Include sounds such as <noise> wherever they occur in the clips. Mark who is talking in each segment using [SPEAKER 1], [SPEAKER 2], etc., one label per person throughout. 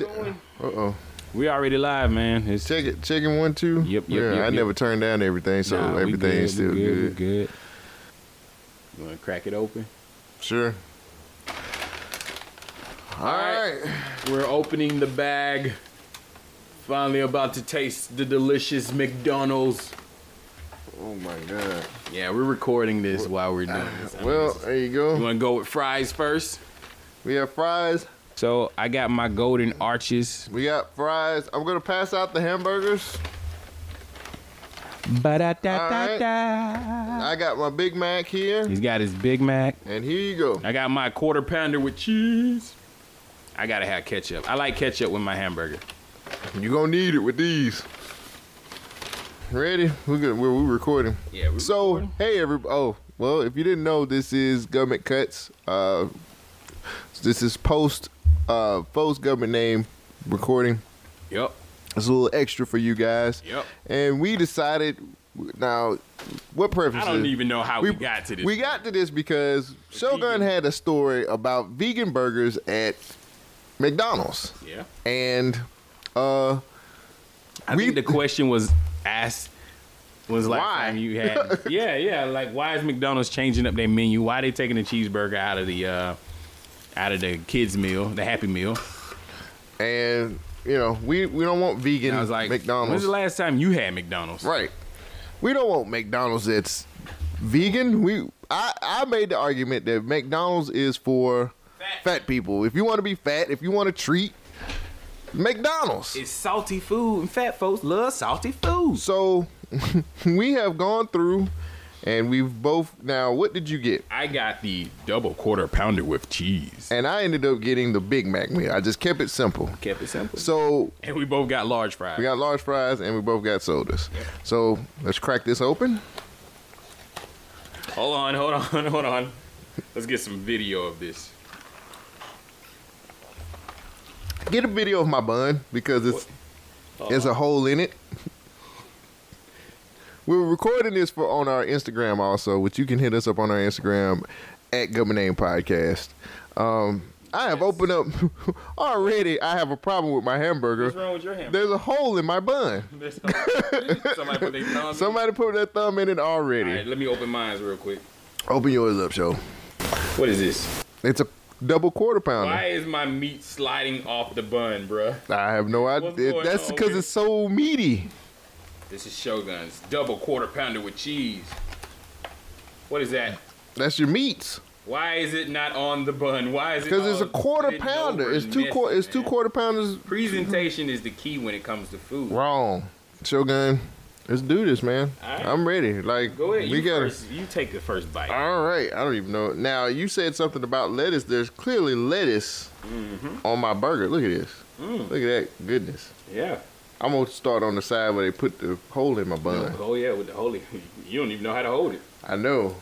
[SPEAKER 1] Uh oh.
[SPEAKER 2] We already live, man. It's
[SPEAKER 1] Check it. Chicken one two.
[SPEAKER 2] Yep, yep,
[SPEAKER 1] Yeah,
[SPEAKER 2] yep,
[SPEAKER 1] I
[SPEAKER 2] yep.
[SPEAKER 1] never turned down everything, so
[SPEAKER 2] Nah, we
[SPEAKER 1] everything is
[SPEAKER 2] good,
[SPEAKER 1] still
[SPEAKER 2] we
[SPEAKER 1] good,
[SPEAKER 2] good. we good. You want to crack it open?
[SPEAKER 1] Sure. All right.
[SPEAKER 2] right. We're opening the bag. Finally, about to taste the delicious McDonald's.
[SPEAKER 1] Oh my god.
[SPEAKER 2] Yeah, we're recording this while we're doing this.
[SPEAKER 1] Well, there you
[SPEAKER 2] you
[SPEAKER 1] go.
[SPEAKER 2] want to go with fries first?
[SPEAKER 1] We have fries.
[SPEAKER 2] So I got my golden arches.
[SPEAKER 1] We got fries. I'm gonna pass out the hamburgers.
[SPEAKER 2] Ba-da-da-da-da.
[SPEAKER 1] I got my Big Mac here,
[SPEAKER 2] He's got his Big Mac.
[SPEAKER 1] and here you go.
[SPEAKER 2] I got my quarter pounder with cheese. I gotta have ketchup. I like ketchup with my hamburger.
[SPEAKER 1] You gonna need it with these. Ready? We're good. We're, we're recording.
[SPEAKER 2] Yeah. we-
[SPEAKER 1] So hey everybody. Oh well, if you didn't know, this is government cuts. Uh, this is post uh post government name recording.
[SPEAKER 2] Yep.
[SPEAKER 1] It's a little extra for you guys.
[SPEAKER 2] Yep.
[SPEAKER 1] And we decided now what purpose?
[SPEAKER 2] I don't even know how we, got to this.
[SPEAKER 1] We got to this because Shogun
[SPEAKER 2] vegan-
[SPEAKER 1] had a story about vegan burgers at McDonald's,
[SPEAKER 2] Yeah.
[SPEAKER 1] and uh,
[SPEAKER 2] I
[SPEAKER 1] We-
[SPEAKER 2] think the question was asked was like
[SPEAKER 1] Why?
[SPEAKER 2] time you <laughs> had yeah yeah like why is McDonald's changing up their menu? Why they taking the cheeseburger out of the uh out of the kids meal, the Happy Meal?
[SPEAKER 1] and you know we we don't want vegan
[SPEAKER 2] And I was like, When's
[SPEAKER 1] McDonald's,
[SPEAKER 2] the last time you had McDonald's?
[SPEAKER 1] right? We don't want McDonald's that's vegan. We I I made the argument that McDonald's is for
[SPEAKER 2] Fat.
[SPEAKER 1] fat people. If you want to be fat, if you want to treat McDonald's,
[SPEAKER 2] It's salty food, and fat folks love salty food.
[SPEAKER 1] So <laughs> we have gone through and we've both now what did you get?
[SPEAKER 2] I got the double quarter pounder with cheese.
[SPEAKER 1] And I ended up getting the Big Mac meal. I just kept it simple.
[SPEAKER 2] Kept it simple.
[SPEAKER 1] So
[SPEAKER 2] And we both got large fries.
[SPEAKER 1] we got large fries and we both got sodas. So let's crack this open.
[SPEAKER 2] hold on, hold on, <laughs> hold on. Let's get some video of this.
[SPEAKER 1] Get a video of my bun because it's there's a hole in it. <laughs> We're recording this for on our Instagram also, which you can hit us up on our Instagram at Government Name Podcast. Um, I have opened up <laughs> already. I have a problem with my hamburger.
[SPEAKER 2] What's wrong with your hamburger?
[SPEAKER 1] There's a hole in my bun.
[SPEAKER 2] <laughs> Somebody put their thumb.
[SPEAKER 1] Somebody put their thumb in it already.
[SPEAKER 2] All right, let me open mine real quick.
[SPEAKER 1] Open yours up, show.
[SPEAKER 2] What is this?
[SPEAKER 1] It's a double quarter pounder.
[SPEAKER 2] Why is my meat sliding off the bun, bruh?
[SPEAKER 1] I have no
[SPEAKER 2] What's
[SPEAKER 1] idea.
[SPEAKER 2] going
[SPEAKER 1] That's
[SPEAKER 2] on
[SPEAKER 1] because
[SPEAKER 2] here?
[SPEAKER 1] it's so meaty.
[SPEAKER 2] This is Shogun's double quarter pounder with cheese. What is that?
[SPEAKER 1] That's your meats.
[SPEAKER 2] Why is it not on the bun? Why is it?
[SPEAKER 1] Because it's a
[SPEAKER 2] all
[SPEAKER 1] quarter
[SPEAKER 2] sitting
[SPEAKER 1] pounder.
[SPEAKER 2] over
[SPEAKER 1] It's
[SPEAKER 2] and
[SPEAKER 1] two
[SPEAKER 2] messy,
[SPEAKER 1] quarter. It's two
[SPEAKER 2] man?
[SPEAKER 1] quarter pounders.
[SPEAKER 2] Presentation is the key when it comes to food.
[SPEAKER 1] Wrong. Shogun, let's do this, man.
[SPEAKER 2] All right.
[SPEAKER 1] I'm ready. Like
[SPEAKER 2] Go ahead.
[SPEAKER 1] we
[SPEAKER 2] you,
[SPEAKER 1] got.
[SPEAKER 2] first, you take the first bite.
[SPEAKER 1] All right. I don't even know. Now you said something about lettuce. There's clearly lettuce
[SPEAKER 2] Mm-hmm.
[SPEAKER 1] on my burger. Look at this.
[SPEAKER 2] Mm.
[SPEAKER 1] Look at that goodness.
[SPEAKER 2] Yeah.
[SPEAKER 1] I'm gonna start on the side where they put the hole in my bun.
[SPEAKER 2] Oh yeah, with the holy. <laughs> You don't even know how to hold it
[SPEAKER 1] I know.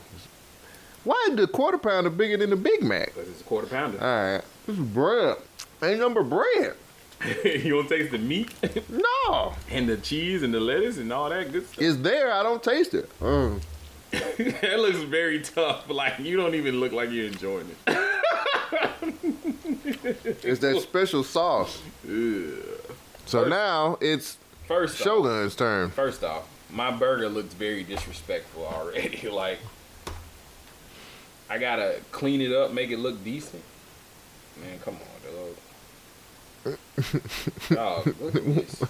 [SPEAKER 1] Why is the quarter pounder bigger than the Big Mac?
[SPEAKER 2] because it's a quarter pounder.
[SPEAKER 1] All right, this is bread. Ain't number bread.
[SPEAKER 2] <laughs> you don't taste the meat
[SPEAKER 1] No,
[SPEAKER 2] and the cheese and the lettuce and all that good stuff.
[SPEAKER 1] it's there. I don't taste it. Mm.
[SPEAKER 2] that looks very tough. Like you don't even look like you're enjoying it.
[SPEAKER 1] It's that special sauce. So now it's
[SPEAKER 2] First off,
[SPEAKER 1] Shogun's turn.
[SPEAKER 2] first off, my burger looks very disrespectful already. <laughs> like I gotta clean it up, make it look decent. Man, come on,
[SPEAKER 1] <laughs>
[SPEAKER 2] dog. dog, look at this.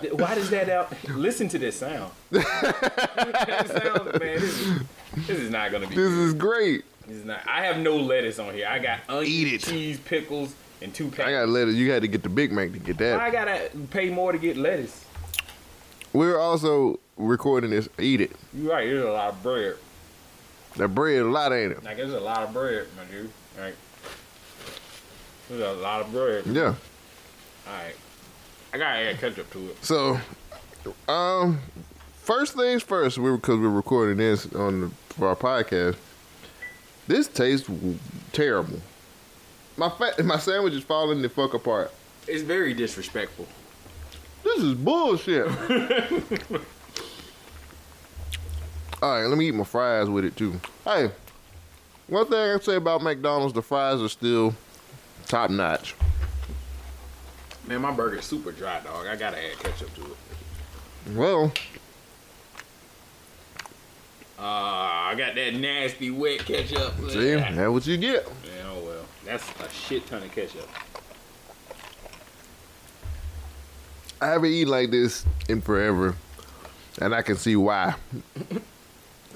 [SPEAKER 2] Th- Why does that out? Listen to this sound. <laughs> that sound, man. This is, this is not gonna be.
[SPEAKER 1] This
[SPEAKER 2] good.
[SPEAKER 1] is great.
[SPEAKER 2] This is not. I have no lettuce on here. I got onion,
[SPEAKER 1] Eat it.
[SPEAKER 2] cheese, pickles, and two
[SPEAKER 1] I
[SPEAKER 2] packs.
[SPEAKER 1] got lettuce. You had to get the Big Mac to get that.
[SPEAKER 2] I gotta pay more to get lettuce.
[SPEAKER 1] We're also recording this. Eat it.
[SPEAKER 2] You're right. There's a lot of bread.
[SPEAKER 1] That bread, a lot ain't it?
[SPEAKER 2] Like there's a lot of bread, my dude. Like there's a lot of bread.
[SPEAKER 1] Yeah.
[SPEAKER 2] All right, I gotta add ketchup to it.
[SPEAKER 1] So, um, first things first, we because we're recording this on the, for our podcast. This tastes w- terrible. My fat, my sandwich is falling the fuck apart.
[SPEAKER 2] It's very disrespectful.
[SPEAKER 1] This is bullshit. All right, let me eat my fries with it too. Hey, one thing I can say about McDonald's, the fries are still top notch.
[SPEAKER 2] Man, my burger's super dry, dog. I gotta add ketchup to it.
[SPEAKER 1] Well,
[SPEAKER 2] Uh, I got that nasty wet ketchup.
[SPEAKER 1] see,
[SPEAKER 2] Man,
[SPEAKER 1] that's what you get.
[SPEAKER 2] oh well. That's a shit ton of ketchup.
[SPEAKER 1] I haven't eaten like this in forever, and I can see why.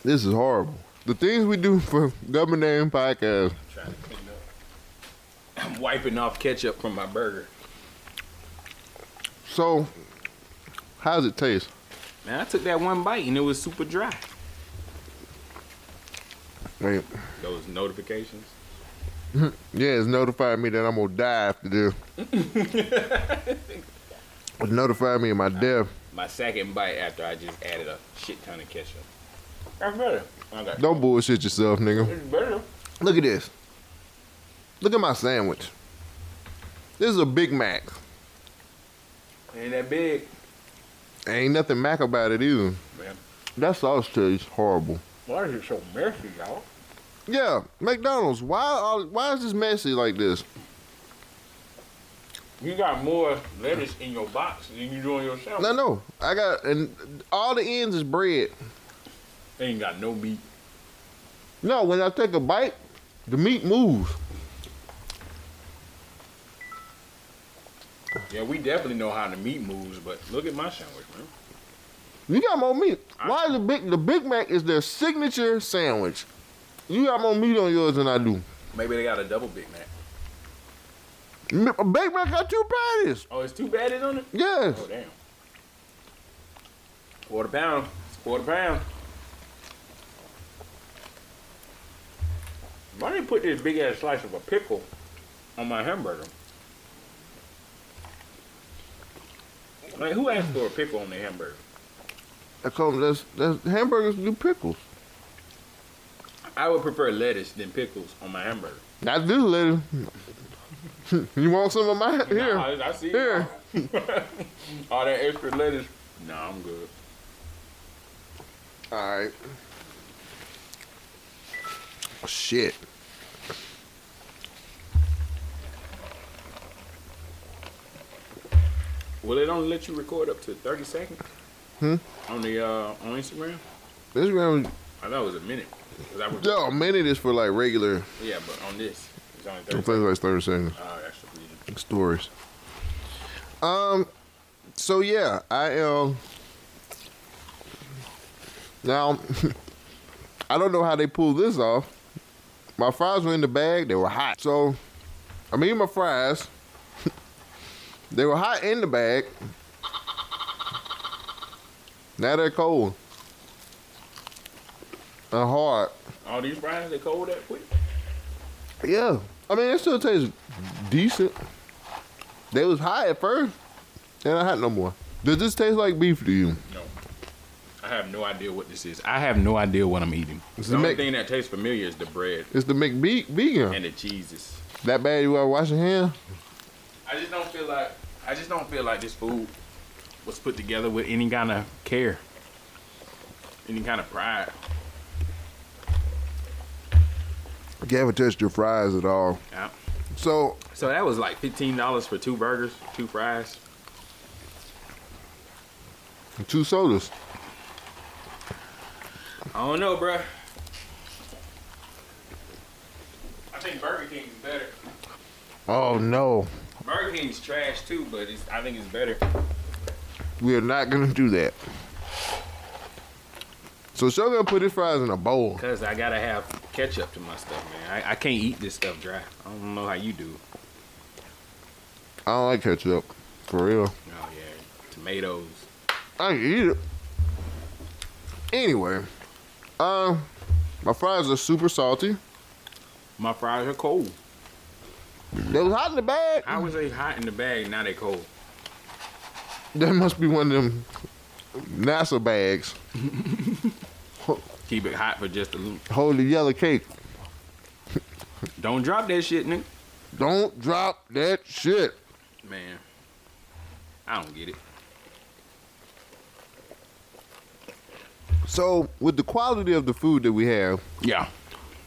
[SPEAKER 1] this is horrible. The things we do for Government Name Podcast.
[SPEAKER 2] I'm trying to clean up. I'm wiping off ketchup from my burger.
[SPEAKER 1] So, how's it taste?
[SPEAKER 2] Man, I took that one bite and it was super dry.
[SPEAKER 1] Wait,
[SPEAKER 2] Those notifications.
[SPEAKER 1] yeah, it's notified me that I'm gonna die after this. it notified me of my death.
[SPEAKER 2] My second bite after I just added a shit ton of ketchup. That's better. Okay.
[SPEAKER 1] Don't bullshit yourself, nigga.
[SPEAKER 2] It's better.
[SPEAKER 1] Look at this. Look at my sandwich. This is a Big Mac.
[SPEAKER 2] Ain't that big.
[SPEAKER 1] Ain't nothing Mac about it either.
[SPEAKER 2] Man,
[SPEAKER 1] That sauce tastes horrible.
[SPEAKER 2] why is it so messy, y'all?
[SPEAKER 1] Yeah, McDonald's. Why are, why is this messy like this?
[SPEAKER 2] You got more lettuce in your box than you do on your sandwich.
[SPEAKER 1] No, no. I got and all the ends is bread.
[SPEAKER 2] Ain't got no meat.
[SPEAKER 1] No, when I take a bite, the meat moves.
[SPEAKER 2] Yeah, we definitely know how the meat moves, but look at my sandwich, man.
[SPEAKER 1] You got more meat.
[SPEAKER 2] I-
[SPEAKER 1] Why is the big the Big Mac is their signature sandwich? You got more meat on yours than I do.
[SPEAKER 2] Maybe they got a double Big Mac.
[SPEAKER 1] M- a Big Mac got two patties.
[SPEAKER 2] Oh, it's two patties on it?
[SPEAKER 1] Yes.
[SPEAKER 2] Oh, damn. Quarter pound. It's quarter pound. Why they put this big ass slice of a pickle on my hamburger? Like, who asked for a pickle on their hamburger?
[SPEAKER 1] That comes that's that's hamburgers do pickles.
[SPEAKER 2] I would prefer lettuce than pickles on my hamburger.
[SPEAKER 1] Not this lady. <laughs> you want some of my here?
[SPEAKER 2] Nah, I, I see.
[SPEAKER 1] Here.
[SPEAKER 2] <laughs> All that extra lettuce. Nah, I'm good.
[SPEAKER 1] All right. Shit.
[SPEAKER 2] Well, it only let you record up to 30 seconds.
[SPEAKER 1] Hmm?
[SPEAKER 2] On the uh, on Instagram,
[SPEAKER 1] This round,
[SPEAKER 2] I thought it was a minute. 'Cause I was-
[SPEAKER 1] yo, minute is for like regular.
[SPEAKER 2] Yeah, but on this, it's only
[SPEAKER 1] I
[SPEAKER 2] 30
[SPEAKER 1] think
[SPEAKER 2] seconds.
[SPEAKER 1] like thirty second
[SPEAKER 2] Oh, that's the reason.
[SPEAKER 1] stories. Um. So yeah, I um, am. Now, <laughs> I don't know how they pulled this off. My fries were in the bag; they were hot. So, I mean, my fries. <laughs> they were hot in the bag. Now they're cold and hard.
[SPEAKER 2] All these fries, they cold that quick?
[SPEAKER 1] Yeah. I mean, it still tastes decent. They was hot at first. They're not hot no more. Does this taste like beef to you?
[SPEAKER 2] No. I have no idea what this is. I have no idea what I'm eating.
[SPEAKER 1] It's
[SPEAKER 2] the only
[SPEAKER 1] Mac-
[SPEAKER 2] thing that tastes familiar is the bread
[SPEAKER 1] It's the McBeak vegan.
[SPEAKER 2] and the cheeses.
[SPEAKER 1] That bad you gotta wash your hands?
[SPEAKER 2] I just don't feel like I just don't feel like this food was put together with any kind of care, any kind of pride.
[SPEAKER 1] You haven't touched your fries at all.
[SPEAKER 2] Yeah.
[SPEAKER 1] So,
[SPEAKER 2] So that was like fifteen dollars for two burgers, two fries.
[SPEAKER 1] two sodas.
[SPEAKER 2] I don't know, bruh. I think Burger King is better.
[SPEAKER 1] Oh no.
[SPEAKER 2] Burger King's trash too, but it's, I think it's better.
[SPEAKER 1] We are not gonna do that. So, Shogun gonna put his fries in a bowl.
[SPEAKER 2] Cause I gotta have ketchup to my stuff, man. I, I can't eat this stuff dry. I don't know how you do.
[SPEAKER 1] I don't like ketchup. For real.
[SPEAKER 2] Oh yeah, tomatoes.
[SPEAKER 1] I can eat it. Anyway, um, my fries are super salty.
[SPEAKER 2] My fries are cold.
[SPEAKER 1] They was hot in the bag.
[SPEAKER 2] I was they hot in the bag, now they cold.
[SPEAKER 1] That must be one of them NASA bags.
[SPEAKER 2] Keep it hot for just a little.
[SPEAKER 1] Hold the yellow cake.
[SPEAKER 2] Don't drop that shit, nigga.
[SPEAKER 1] Don't drop that shit.
[SPEAKER 2] Man, I don't get it.
[SPEAKER 1] So, with the quality of the food that we have,
[SPEAKER 2] Yeah,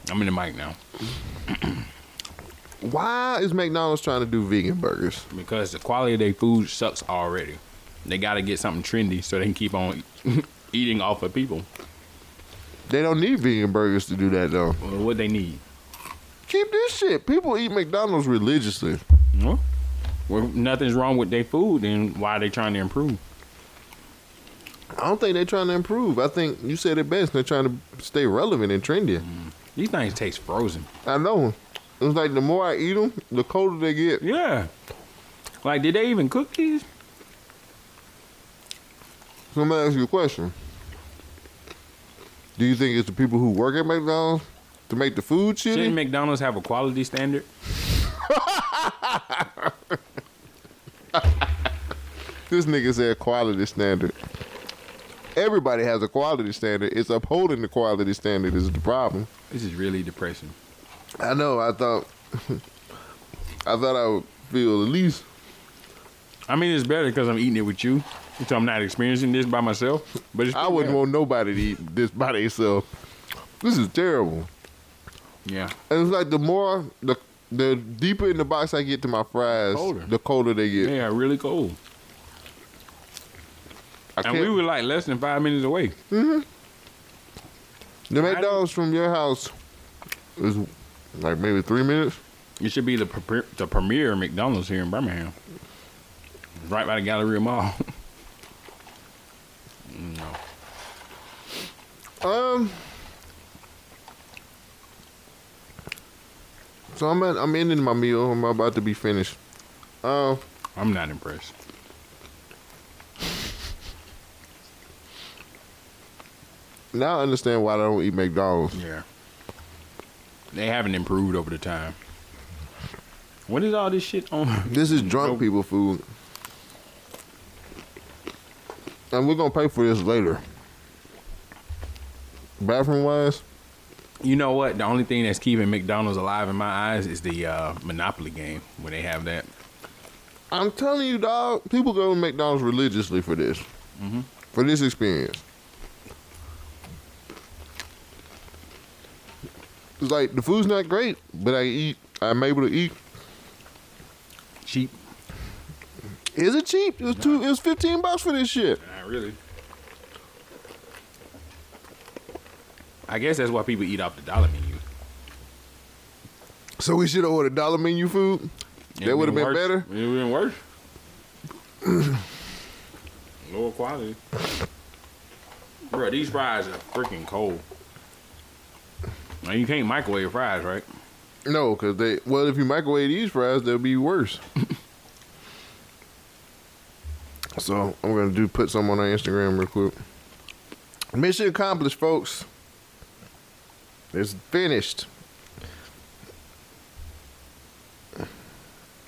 [SPEAKER 2] I'm in the mic now.
[SPEAKER 1] Why is McDonald's trying to do vegan burgers?
[SPEAKER 2] because the quality of their food sucks already. They got to get something trendy so they can keep on <laughs> eating off of people.
[SPEAKER 1] They don't need vegan burgers to do that though.
[SPEAKER 2] Well, what they need.
[SPEAKER 1] Keep this shit. People eat McDonald's religiously.
[SPEAKER 2] Well, well, nothing's wrong with their food, and why they trying to improve?
[SPEAKER 1] I don't think they're trying to improve. I think you said it best. They're trying to stay relevant and trendy.
[SPEAKER 2] These things taste frozen.
[SPEAKER 1] I know. It's like the more I eat them, the colder they get.
[SPEAKER 2] Yeah. Like, did they even cook these?
[SPEAKER 1] So I'm gonna ask you a question. Do you think it's the people who work at McDonald's to make the food shitty?
[SPEAKER 2] Shouldn't McDonald's have a quality standard?
[SPEAKER 1] This nigga said quality standard. Everybody has a quality standard. It's upholding the quality standard is the problem.
[SPEAKER 2] This is really depressing.
[SPEAKER 1] I know. I thought. <laughs> I thought I would feel at least.
[SPEAKER 2] I mean, it's better because I'm eating it with you, so I'm not experiencing this by myself. But it's
[SPEAKER 1] I wouldn't
[SPEAKER 2] yeah.
[SPEAKER 1] want nobody to eat this by themselves. This is terrible.
[SPEAKER 2] Yeah.
[SPEAKER 1] And it's like the more the the deeper in the box I get to my fries,
[SPEAKER 2] Colder.
[SPEAKER 1] the colder they get.
[SPEAKER 2] Yeah, really cold.
[SPEAKER 1] I
[SPEAKER 2] And
[SPEAKER 1] can't.
[SPEAKER 2] we were like less than five minutes away.
[SPEAKER 1] the McDonald's from your house is like maybe three minutes.
[SPEAKER 2] It should be the pre- the premier McDonald's here in Birmingham, right by the Galleria Mall. <laughs> no,
[SPEAKER 1] Um. So I'm at, I'm ending my meal. I'm about to be finished. Uh,
[SPEAKER 2] I'm not impressed.
[SPEAKER 1] now I understand why I don't eat McDonald's.
[SPEAKER 2] Yeah, they haven't improved over the time. What is all this shit on? <laughs>
[SPEAKER 1] This is drunk
[SPEAKER 2] Nope.
[SPEAKER 1] people food, and we're gonna pay for this later. Bathroom wise,
[SPEAKER 2] You know what? The only thing that's keeping McDonald's alive in my eyes is the uh, Monopoly game when they have that.
[SPEAKER 1] I'm telling you, dog, people go to McDonald's religiously for this, for this experience. It's like the food's not great, but I eat. I'm able to eat.
[SPEAKER 2] Cheap.
[SPEAKER 1] Is it cheap? It was two. It was fifteen bucks for this shit.
[SPEAKER 2] Not really. I guess that's why people eat off the dollar menu.
[SPEAKER 1] So we should have ordered dollar menu food. That would've been better?
[SPEAKER 2] It would have been worse. <clears throat> Lower quality. Bro, these fries are freaking cold. Now you can't microwave fries, right?
[SPEAKER 1] No, because they. Well, if you microwave these fries, they'll be worse. so I'm gonna do put some on our Instagram real quick. Mission accomplished, folks. It's finished.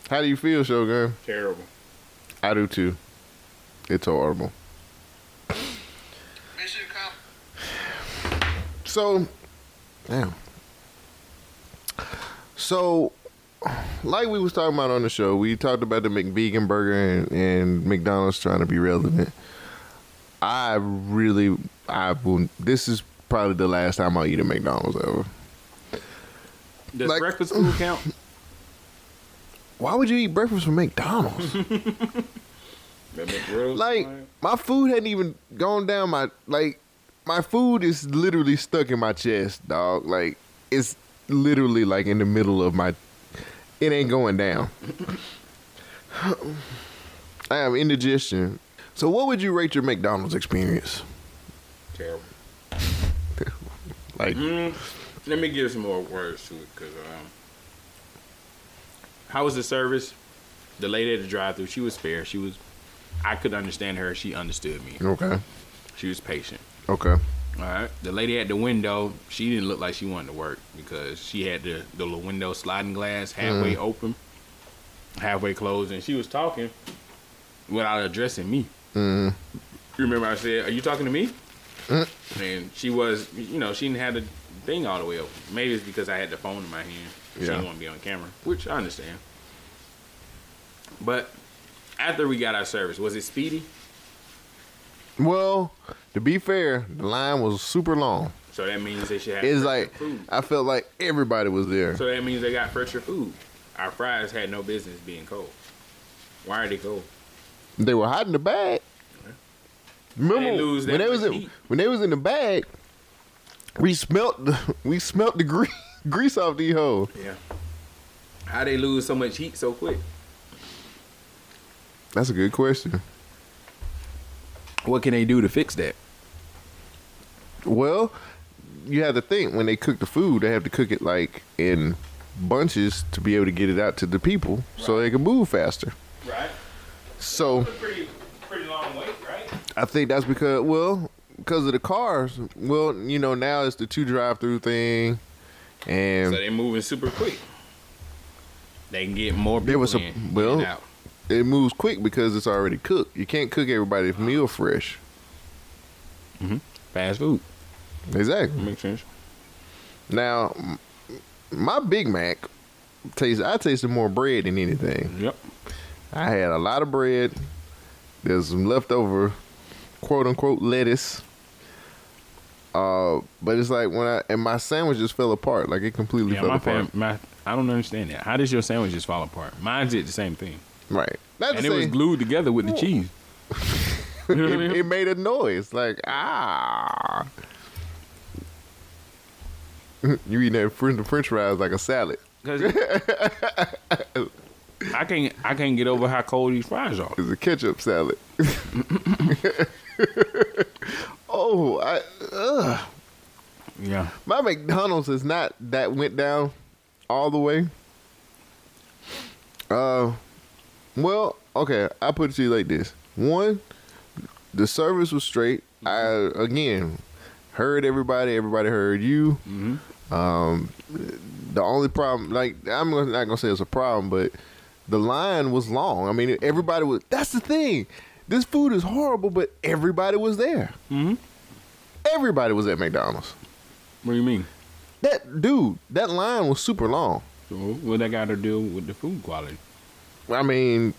[SPEAKER 1] How do you feel, Shogun?
[SPEAKER 2] Terrible.
[SPEAKER 1] I do too. It's horrible. So, damn. So, like we was talking about on the show, we talked about the McVegan burger and, and McDonald's trying to be relevant. I really, I will. This is probably the last time I eat at McDonald's ever.
[SPEAKER 2] Does
[SPEAKER 1] Like-
[SPEAKER 2] breakfast
[SPEAKER 1] <clears throat>
[SPEAKER 2] food count?
[SPEAKER 1] Why would you eat breakfast from McDonald's? like my food hadn't even gone down my like my food is literally stuck in my chest dog like it's literally like in the middle of my it ain't going down i have indigestion so what would you rate your mcdonald's experience
[SPEAKER 2] terrible.
[SPEAKER 1] like
[SPEAKER 2] Mm, let me give some more words to it, cause um, how was the service? The lady at the drive-through, she was fair. She was, I could understand her. She understood me.
[SPEAKER 1] okay
[SPEAKER 2] She was patient.
[SPEAKER 1] okay
[SPEAKER 2] All right. The lady at the window, she didn't look like she wanted to work because she had the, the little window sliding glass halfway
[SPEAKER 1] Mm.
[SPEAKER 2] open, halfway closed, and she was talking without addressing me.
[SPEAKER 1] mm,
[SPEAKER 2] Remember, I said, "Are you talking to me?"
[SPEAKER 1] Mm.
[SPEAKER 2] And she was, you know, she didn't have the thing all the way open. Maybe it's because I had the phone in my hand. She
[SPEAKER 1] Yeah.
[SPEAKER 2] didn't want to be on camera, which I understand. But after we got our service, was it speedy?
[SPEAKER 1] well to be fair the line was super long
[SPEAKER 2] So that means they should have
[SPEAKER 1] it's
[SPEAKER 2] fresher
[SPEAKER 1] like
[SPEAKER 2] food.
[SPEAKER 1] i felt like everybody was there
[SPEAKER 2] So that means they got fresher food. Our fries had no business being cold. Why are they cold?
[SPEAKER 1] They were hot in the bag. Remember
[SPEAKER 2] They lose
[SPEAKER 1] when
[SPEAKER 2] that
[SPEAKER 1] they was
[SPEAKER 2] much
[SPEAKER 1] in,
[SPEAKER 2] heat.
[SPEAKER 1] when they was in the bag, we smelt the <laughs> we smelt the grease <laughs> grease off these hoes.
[SPEAKER 2] Yeah. How they lose so much heat so quick?
[SPEAKER 1] That's a good question.
[SPEAKER 2] What can they do to fix that?
[SPEAKER 1] Well, you have to think when they cook the food, they have to cook it like in bunches to be able to get it out to the people so they can move faster.
[SPEAKER 2] Right.
[SPEAKER 1] So
[SPEAKER 2] pretty pretty long wait, right?
[SPEAKER 1] I think that's because well, because of the cars. Well, you know now it's the two drive through thing,
[SPEAKER 2] So
[SPEAKER 1] and
[SPEAKER 2] they're moving super quick. They can get more people
[SPEAKER 1] There was a-
[SPEAKER 2] in, in
[SPEAKER 1] well-
[SPEAKER 2] and out.
[SPEAKER 1] it moves quick because it's already cooked. You can't cook everybody's meal fresh.
[SPEAKER 2] Fast food.
[SPEAKER 1] Exactly.
[SPEAKER 2] Makes sense.
[SPEAKER 1] Now, m- my Big Mac tastes. I tasted more bread than anything.
[SPEAKER 2] Yep.
[SPEAKER 1] I had a lot of bread. There's some leftover, quote unquote, lettuce. Uh, but it's like when I and my sandwich just fell apart. Like it completely
[SPEAKER 2] Yeah,
[SPEAKER 1] fell
[SPEAKER 2] my,
[SPEAKER 1] apart.
[SPEAKER 2] fam- my I don't understand that. How does your sandwich just fall apart? Mine did the same thing,
[SPEAKER 1] Right. Not to
[SPEAKER 2] and it was
[SPEAKER 1] say-
[SPEAKER 2] glued together with the cheese. You know what I mean?
[SPEAKER 1] it, it made a noise like ah. <laughs> you eating that French, French fries like a salad.
[SPEAKER 2] <laughs> 'Cause- I can't I can't get over how cold these fries are.
[SPEAKER 1] It's a ketchup salad. <laughs> oh, I, ugh.
[SPEAKER 2] Yeah.
[SPEAKER 1] my McDonald's is not that went down all the way. Uh, well, okay, I put it to you like this: one, the service was straight. I again heard everybody. Everybody heard you.
[SPEAKER 2] Mm-hmm.
[SPEAKER 1] Um, the only problem, like I'm not gonna say it's a problem, but the line was long. I mean, everybody was. That's the thing. This food is horrible, but everybody was there.
[SPEAKER 2] Mm-hmm.
[SPEAKER 1] Everybody was at McDonald's.
[SPEAKER 2] What do you mean?
[SPEAKER 1] That dude, that line was super long.
[SPEAKER 2] So what that got to do with the food quality?
[SPEAKER 1] I mean,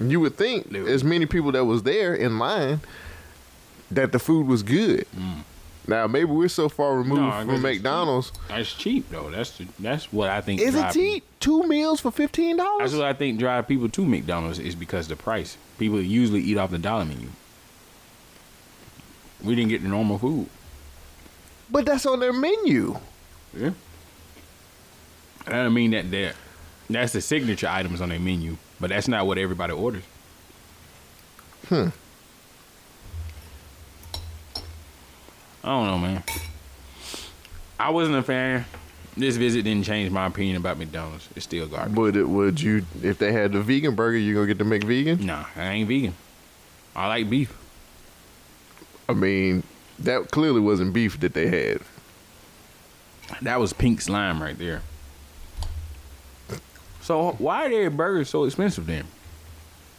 [SPEAKER 1] you would think
[SPEAKER 2] Dude.
[SPEAKER 1] as many people that was there in line that the food was good.
[SPEAKER 2] Mm.
[SPEAKER 1] Now maybe we're so far removed
[SPEAKER 2] No, I guess
[SPEAKER 1] from
[SPEAKER 2] it's cheap.
[SPEAKER 1] McDonald's.
[SPEAKER 2] That's cheap though. That's the, that's what I think.
[SPEAKER 1] Is it
[SPEAKER 2] drive-
[SPEAKER 1] cheap? Two meals for fifteen
[SPEAKER 2] That's
[SPEAKER 1] dollars?
[SPEAKER 2] what I think drive people to McDonald's is because the price. People usually eat off the dollar menu. We didn't get the normal food.
[SPEAKER 1] But that's on their menu.
[SPEAKER 2] Yeah. I don't mean that there. That's the signature items on their menu, but that's not what everybody orders. Hmm. I don't know, man. I wasn't a fan. This visit didn't change my opinion about McDonald's. It's still garbage.
[SPEAKER 1] Would it? Would you? If they had the vegan burger, you gonna get the McVegan?
[SPEAKER 2] Nah, I ain't vegan. I like beef.
[SPEAKER 1] I mean, that clearly wasn't beef that they had.
[SPEAKER 2] That was pink slime right there. So why are their burgers so expensive then?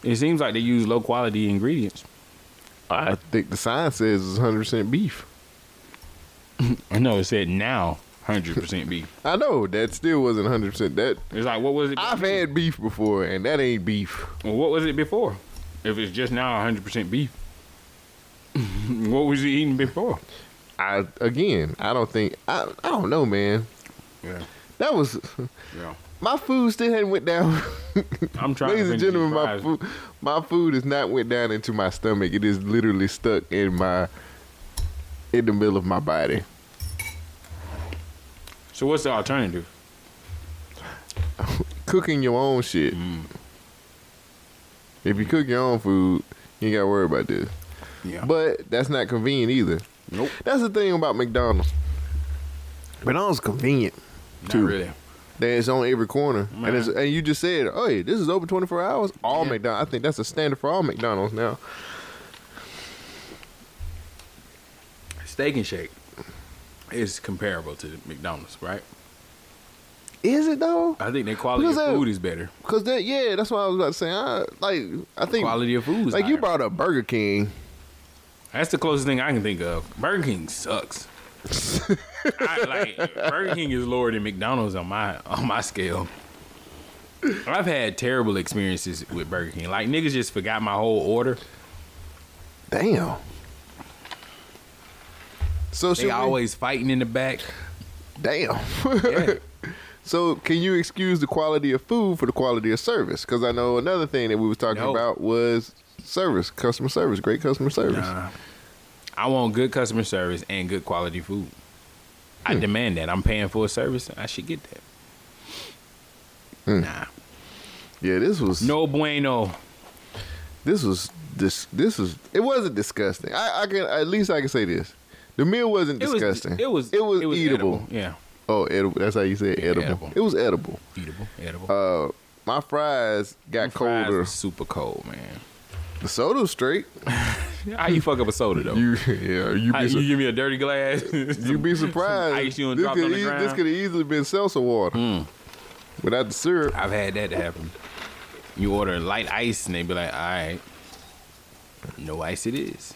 [SPEAKER 2] It seems like they use low quality ingredients.
[SPEAKER 1] I think the sign says it's hundred percent beef.
[SPEAKER 2] I know it said now 100% beef.
[SPEAKER 1] I know that still wasn't hundred percent. That
[SPEAKER 2] It's like what was it?
[SPEAKER 1] I've had beef before, and that ain't beef.
[SPEAKER 2] Well, what was it before? If it's just now 100% beef, <laughs> what was you eating before?
[SPEAKER 1] I again, I don't think I. I don't know, man.
[SPEAKER 2] Yeah,
[SPEAKER 1] That was <laughs>
[SPEAKER 2] yeah.
[SPEAKER 1] my food still hadn't went down.
[SPEAKER 2] I'm trying.
[SPEAKER 1] <laughs> Ladies
[SPEAKER 2] to finish these
[SPEAKER 1] and gentlemen, my
[SPEAKER 2] fries.
[SPEAKER 1] food, my food has not went down into my stomach. It is literally stuck in my in the middle of my body.
[SPEAKER 2] So what's the alternative?
[SPEAKER 1] Cooking your own shit.
[SPEAKER 2] Mm.
[SPEAKER 1] If you cook your own food, you ain't gotta worry about this.
[SPEAKER 2] Yeah.
[SPEAKER 1] But that's not convenient either.
[SPEAKER 2] nope.
[SPEAKER 1] That's the thing about McDonald's. McDonald's convenient.
[SPEAKER 2] Not
[SPEAKER 1] Two.
[SPEAKER 2] really.
[SPEAKER 1] that it's on every corner,
[SPEAKER 2] Man.
[SPEAKER 1] and it's, and you just said, "Oh, hey, this is open twenty four hours." All
[SPEAKER 2] Yeah.
[SPEAKER 1] McDonald's, I think that's a standard for all McDonald's now.
[SPEAKER 2] Steak and Shake is comparable to McDonald's, right?
[SPEAKER 1] Is it though?
[SPEAKER 2] I think their quality of
[SPEAKER 1] Because, uh,
[SPEAKER 2] food is better.
[SPEAKER 1] Cause that, yeah, that's what I was about to say. I, like, I think
[SPEAKER 2] Quality of food. Is
[SPEAKER 1] like you
[SPEAKER 2] higher.
[SPEAKER 1] brought up Burger King.
[SPEAKER 2] That's the closest thing I can think of. Burger King
[SPEAKER 1] <laughs>
[SPEAKER 2] sucks. I, like Burger King is lower than McDonald's on my on my scale. I've had terrible experiences with Burger King. Like niggas just forgot my whole order.
[SPEAKER 1] Damn. So should
[SPEAKER 2] They
[SPEAKER 1] we,
[SPEAKER 2] always fighting in the back.
[SPEAKER 1] damn. <laughs>
[SPEAKER 2] Yeah.
[SPEAKER 1] So, can you excuse the quality of food for the quality of service? Because I know another thing that we was talking
[SPEAKER 2] No.
[SPEAKER 1] about was service, customer service, great customer service.
[SPEAKER 2] Nah. Uh, I want good customer service and good quality food.
[SPEAKER 1] Hmm.
[SPEAKER 2] I demand that. I'm paying for a service. I should get that.
[SPEAKER 1] Hmm.
[SPEAKER 2] Nah.
[SPEAKER 1] Yeah, this was
[SPEAKER 2] No bueno.
[SPEAKER 1] this was this this was it wasn't disgusting. I, I can at least I can say this: the meal wasn't
[SPEAKER 2] It was-
[SPEAKER 1] disgusting.
[SPEAKER 2] It was.
[SPEAKER 1] it was eatable.
[SPEAKER 2] Yeah.
[SPEAKER 1] Oh, edible. That's how you say
[SPEAKER 2] Yeah,
[SPEAKER 1] edible.
[SPEAKER 2] edible.
[SPEAKER 1] It was edible.
[SPEAKER 2] Eatable. Edible.
[SPEAKER 1] Uh, my fries got
[SPEAKER 2] Fries
[SPEAKER 1] colder.
[SPEAKER 2] was super cold, man.
[SPEAKER 1] The soda was straight.
[SPEAKER 2] How you fuck up a soda though?
[SPEAKER 1] <laughs> You yeah. You
[SPEAKER 2] How-
[SPEAKER 1] be
[SPEAKER 2] you,
[SPEAKER 1] su-
[SPEAKER 2] give me a dirty glass. <laughs>
[SPEAKER 1] you be surprised.
[SPEAKER 2] ice you done
[SPEAKER 1] this
[SPEAKER 2] dropped
[SPEAKER 1] could
[SPEAKER 2] on the
[SPEAKER 1] ea-
[SPEAKER 2] ground.
[SPEAKER 1] this could have easily been seltzer water without the syrup.
[SPEAKER 2] I've had that happen. You order light ice and they be like, all right, no ice it is.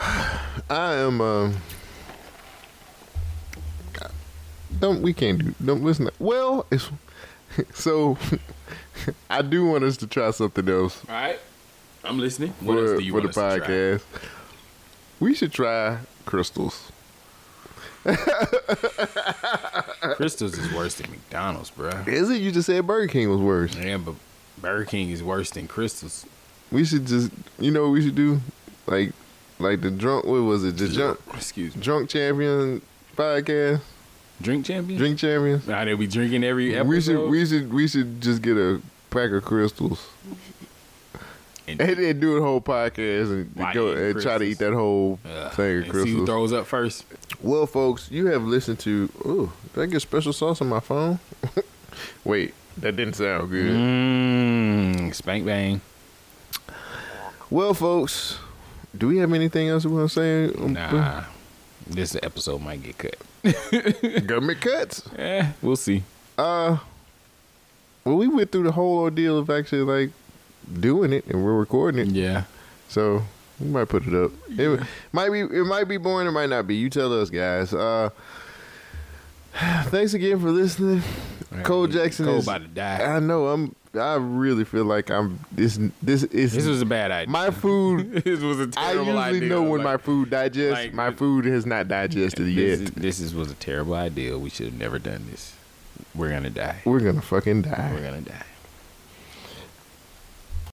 [SPEAKER 1] I am. Um, don't we can't do. Don't listen. Well, it's <laughs> so. <laughs> I do want us to try something else
[SPEAKER 2] All right, I'm listening. What
[SPEAKER 1] for,
[SPEAKER 2] else do you
[SPEAKER 1] for
[SPEAKER 2] want
[SPEAKER 1] the
[SPEAKER 2] us to try?
[SPEAKER 1] podcast. We should try crystals.
[SPEAKER 2] Crystals is worse than McDonald's, bruh.
[SPEAKER 1] Is it? You just said Burger King was worse.
[SPEAKER 2] Yeah, but Burger King is worse than Crystals.
[SPEAKER 1] We should just. You know, what we should do like, like the drunk. What was it? The drunk,
[SPEAKER 2] Excuse me.
[SPEAKER 1] drunk champion podcast.
[SPEAKER 2] Drink champion.
[SPEAKER 1] Drink champions.
[SPEAKER 2] How they be drinking every episode.
[SPEAKER 1] We should. We should. We should just get a pack of crystals.
[SPEAKER 2] and,
[SPEAKER 1] And then do a whole podcast and
[SPEAKER 2] Why
[SPEAKER 1] go
[SPEAKER 2] eat
[SPEAKER 1] and try to
[SPEAKER 2] crystals?
[SPEAKER 1] eat that whole
[SPEAKER 2] uh,
[SPEAKER 1] thing of
[SPEAKER 2] and see who
[SPEAKER 1] crystals.
[SPEAKER 2] throws up first.
[SPEAKER 1] well, folks, you have listened to. Oh, did I get special sauce on my phone? <laughs> Wait, that didn't sound good.
[SPEAKER 2] Mmm, spank bang. Mm-hmm.
[SPEAKER 1] Well, folks, do we have anything else we want to say?
[SPEAKER 2] Nah, this episode might get cut.
[SPEAKER 1] <laughs> Government cuts.
[SPEAKER 2] Eh, we'll see.
[SPEAKER 1] Uh, well, we went through the whole ordeal of actually like doing it, and we're recording it.
[SPEAKER 2] Yeah.
[SPEAKER 1] So we might put it up. It might be it might be boring, it might not be. You tell us guys. Uh <sighs> thanks again for listening. <laughs> Cole Jackson
[SPEAKER 2] Cole
[SPEAKER 1] is
[SPEAKER 2] about to die.
[SPEAKER 1] I know I'm I really feel like I'm this this is
[SPEAKER 2] This was a bad idea.
[SPEAKER 1] <laughs> my food
[SPEAKER 2] <laughs> this was a
[SPEAKER 1] I
[SPEAKER 2] terrible
[SPEAKER 1] usually
[SPEAKER 2] idea.
[SPEAKER 1] know
[SPEAKER 2] Like,
[SPEAKER 1] when my food digests.
[SPEAKER 2] like-
[SPEAKER 1] my food has not digested
[SPEAKER 2] this,
[SPEAKER 1] yet.
[SPEAKER 2] is- this is, was a terrible idea. We should have never done this. We're gonna die.
[SPEAKER 1] We're gonna fucking die.
[SPEAKER 2] We're gonna die.